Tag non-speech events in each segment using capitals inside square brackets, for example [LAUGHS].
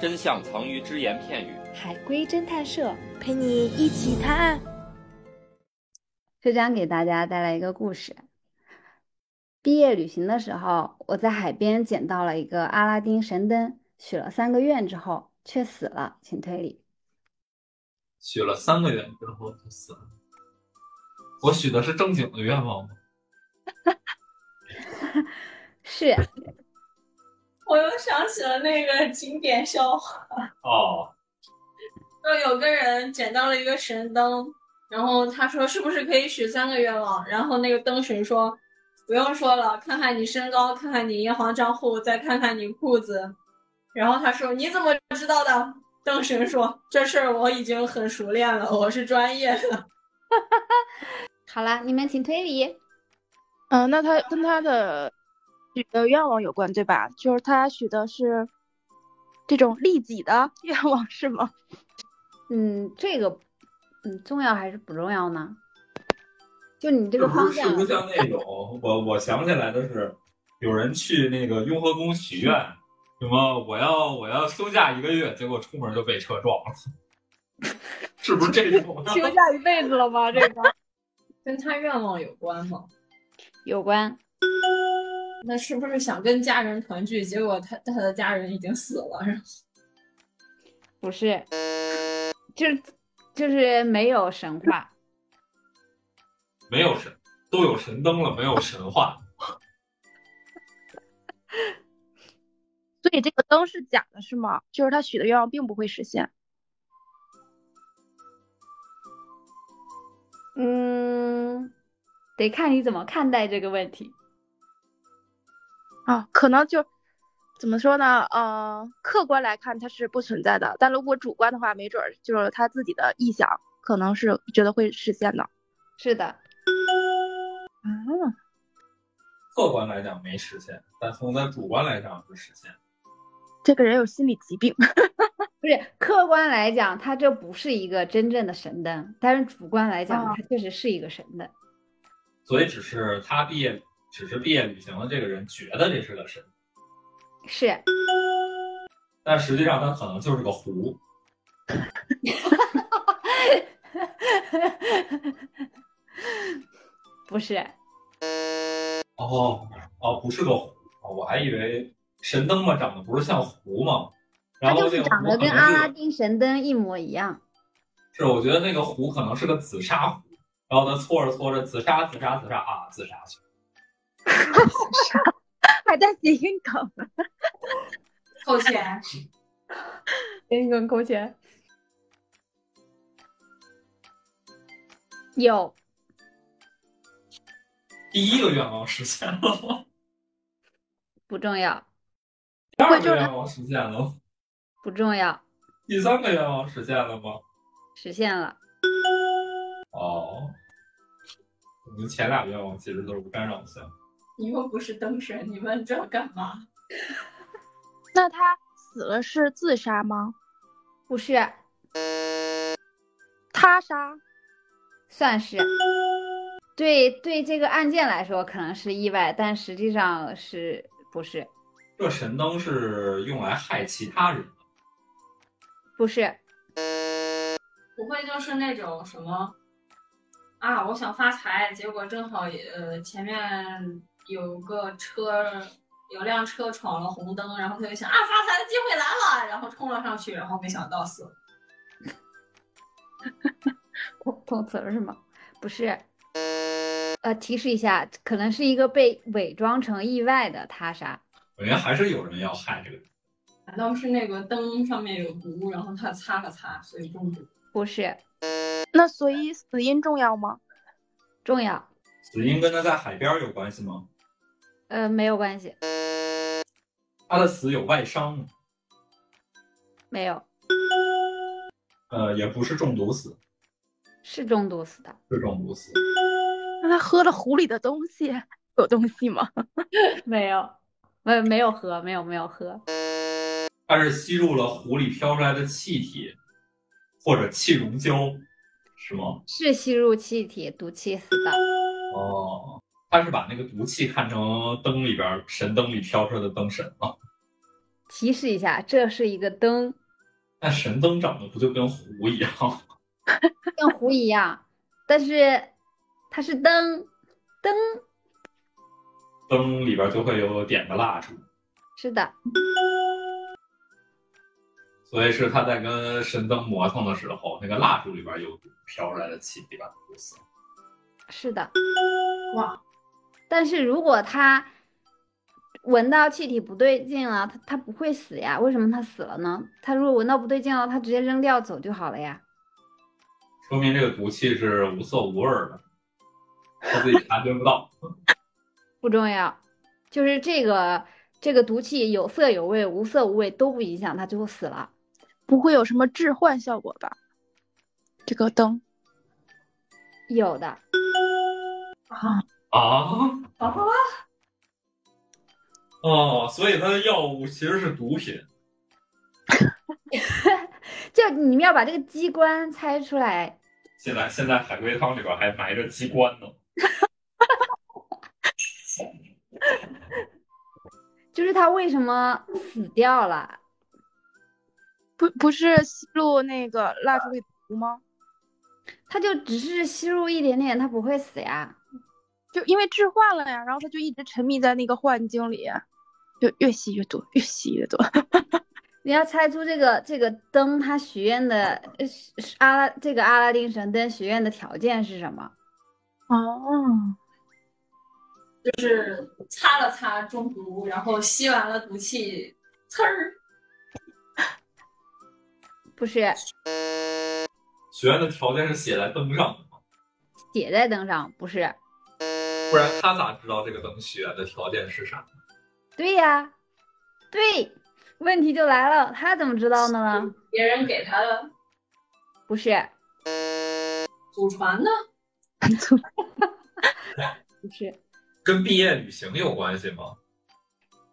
真相藏于只言片语。海龟侦探社陪你一起探案。这章给大家带来一个故事。毕业旅行的时候，我在海边捡到了一个阿拉丁神灯，许了三个愿之后却死了，请推理。许了三个愿之后就死了。我许的是正经的愿望吗？是啊，我又想起了那个经典笑话，哦，就有个人捡到了一个神灯，然后他说是不是可以许三个愿望？然后那个灯神说不用说了，看看你身高，看看你银行账户，再看看你裤子。然后他说你怎么知道的？灯神说这事儿我已经很熟练了，我是专业的。 [LAUGHS] 好了，你们请推理。嗯、那他跟他的许的愿望有关，对吧？就是他许的是这种利己的愿望，是吗？嗯，这个嗯重要还是不重要呢？就你这是个不方是向是不是像那种我我想起来的是，有人去那个雍和宫许愿，什么我要我要休假一个月，结果出门就被车撞了， [LAUGHS] 是不是这 [LAUGHS] 种啊？休假一辈子了吗？这个 [LAUGHS] 跟他愿望有关吗？有关。那是不是想跟家人团聚，结果他他的家人已经死了？然后 [LAUGHS] 不是，就是就是没有神话， [LAUGHS] 没有神，都有神灯了，没有神话。所以这个灯是假的，是吗？就是他许的愿望并不会实现。嗯，得看你怎么看待这个问题。啊，可能就怎么说呢？呃，客观来看它是不存在的，但如果主观的话，没准儿就是他自己的臆想，可能是觉得会实现的。是的，啊，客观来讲没实现，但从咱主观来讲是实现。这个人有心理疾病。 [LAUGHS] 不是客观来讲，它这不是一个真正的神灯，但是主观来讲，啊它确实是一个神灯。所以只是他毕业，只是毕业旅行的这个人觉得这是个神，是， [LAUGHS] 但实际上他可能就是个狐。不是，哦哦，不是个狐，哦我还以为神灯嘛长得不是像狐嘛，它然后就这是个长狐得可跟能阿拉是丁神灯一模一样。是，我觉得那个狐可能是个紫砂狐，然后他搓着搓着紫砂紫砂紫砂啊自杀去了。还在谐音梗。扣钱，给你滚扣钱。有，第一个愿望实现了吗？不重要，第二就个是愿望实现了吗？不重要，第三个愿望实现了吗？实现了。哦，我们前俩愿望其实都是不干扰项。你又不是灯神，你问这干嘛？那他死了是自杀吗？不是，他杀？算是。对对，这个案件来说可能是意外，但实际上是不是？这神灯是用来害其他人的，不是，不会就是那种什么啊？我想发财，结果正好呃前面有个车，有辆车闯了红灯，然后他就想啊发财的机会来了，然后冲了上去，然后没想到死了。碰碰瓷儿是吗？不是。呃，提示一下，可能是一个被伪装成意外的他杀。我觉得还是有人要害这个人。难道是那个灯上面有毒，然后他擦了擦，所以中毒？不是，那所以死因重要吗？重要。死因跟他在海边有关系吗？呃，没有关系，他的死有外伤吗？没有，呃，也不是中毒死，是中毒死的，是中毒死。那他喝了湖里的东西，有东西吗？ [SNIFFS] 没有，没没有喝，没有没有喝，他是吸入了湖里飘出来的气体，或者气溶胶，是吗？是吸入气体毒气死的。哦，他是把那个毒气看成灯里边神灯里飘出来的灯神吗？提示一下，这是一个灯，那神灯长得不就跟狐一样？像湖一样，但是它是灯，灯灯里边就会有点个蜡烛，是的，所以是他在跟神灯磨蹭的时候，那个蜡烛里边有飘出来的气体把它毒死。是的，哇！但是如果它闻到气体不对劲了，它它不会死呀？为什么它死了呢？它如果闻到不对劲了，它直接扔掉走就好了呀。说明这个毒气是无色无味儿的，他自己察觉不到。不重要，就是这个这个毒气有色有味，无色无味都不影响它最后死了。不会有什么致幻效果吧？这个灯有的，啊啊，哦，所以它的药物其实是毒品。就你们要把这个机关猜出来。现在现在海龟汤里边还埋着机关呢。就是它为什么死掉了？不不是吸入那个蜡烛里的毒吗？它就只是吸入一点点，它不会死呀。就因为置换了呀，然后他就一直沉迷在那个幻境里，就越吸越多，越吸越多。 [LAUGHS] 你要猜出这个这个灯它许愿的呃是是阿拉这个阿拉丁神灯许愿的条件是什么？哦， [LAUGHS] 就是擦了擦中毒，然后吸完了毒气，呲儿。不是许愿的条件是写在灯上的吗？写在灯上，不是？不然他咋知道这个灯许愿的条件是啥？对呀，对，问题就来了，他怎么知道的呢？别人给他的不是，祖传的，不是，跟毕业旅行有关系吗？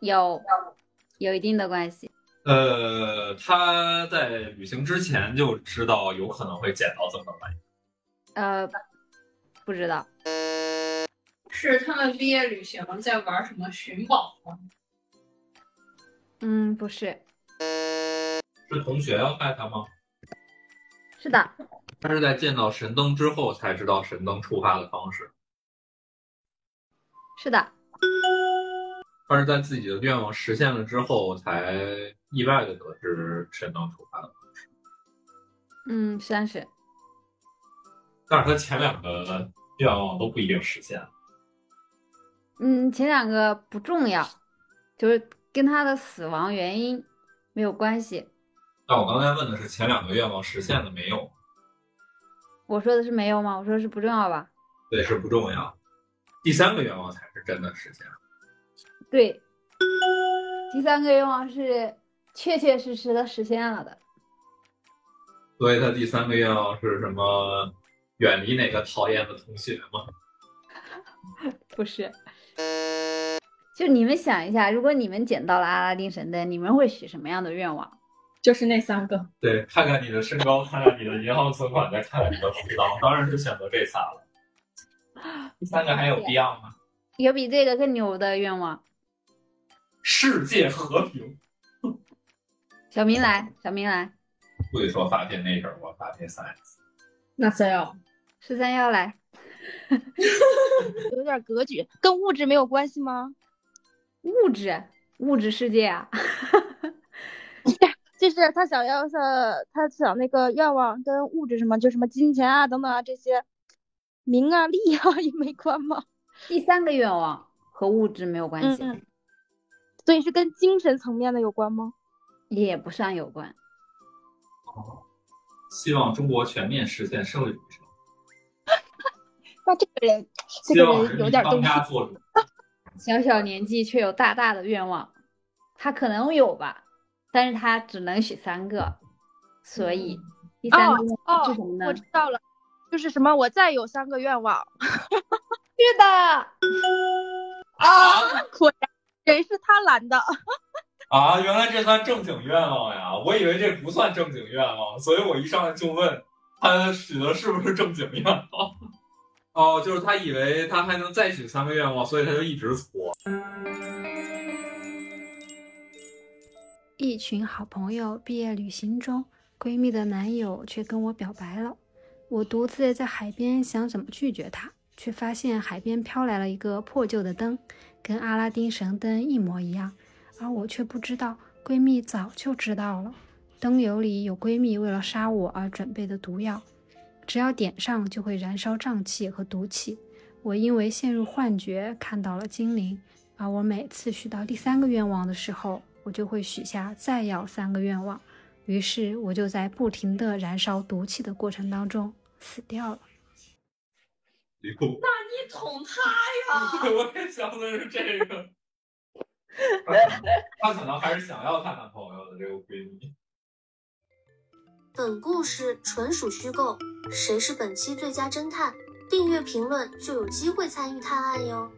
有有一定的关系。呃，他在旅行之前就知道有可能会捡到这么玩意儿，呃，不知道，是他们毕业旅行在玩什么寻宝吗？嗯，不是，是同学要害他吗？是的，他是在见到神灯之后才知道神灯触发的方式，是的，他是在自己的愿望实现了之后才意外的得知神灯触发的。嗯，算是但是他前两个愿望都不一定实现。嗯，前两个不重要，就是跟他的死亡原因没有关系。但我刚才问的是前两个愿望实现了没有，我说的是没有吗？我说是不重要吧？对，是不重要。第三个愿望才是真的实现了。对，第三个愿望是确确实实的实现了的。所以他第三个愿望是什么？远离哪个讨厌的同学吗？不是，就你们想一下，如果你们捡到了阿拉丁神灯，你们会许什么样的愿望？就是那三个。对，看看你的身高，看看你的银行存款，再看看你的裤裆，当然是选择这仨了。第三个还有必要吗？有比这个更牛的愿望？世界和平。小明来，小明来，不许说发片那阵儿，我发片三 S。那三要十三幺来，有点格局，跟物质没有关系吗？物质，物质世界啊， [LAUGHS] 就是他想要的，他想那个愿望跟物质什么，就什么金钱啊等等啊这些，名啊利啊 [LAUGHS] 也没关吗？第三个愿望和物质没有关系，嗯所以是跟精神层面的有关吗？也不算有关。希望中国全面实现社会主义。那这个人，希这个望人有点当东西。家做主。小小年纪却有大大的愿望，他可能有吧，但是他只能许三个，所以第三个愿望是什么呢？嗯哦我知道了，就是什么，我再有三个愿望。是的。啊， [LAUGHS] 果然人是贪婪的。啊，原来这算正经愿望呀！我以为这不算正经愿望，所以我一上来就问他许的是不是正经愿望。哦，就是他以为他还能再许三个愿望，所以他就一直搓。一群好朋友毕业旅行中，闺蜜的男友却跟我表白了。我独自在海边想怎么拒绝他，却发现海边飘来了一个破旧的灯，跟阿拉丁神灯一模一样，而我却不知道，闺蜜早就知道了。灯油里有闺蜜为了杀我而准备的毒药，只要点上就会燃烧瘴气和毒气。我因为陷入幻觉看到了精灵，而啊我每次许到第三个愿望的时候，我就会许下再要三个愿望，于是我就在不停的燃烧毒气的过程当中死掉了。李库，你 [LAUGHS] 捅他呀！我也想的是这个。她可能她可能还是想要她男朋友的这个闺蜜。本故事纯属虚构，谁是本期最佳侦探？订阅评论就有机会参与探案哟。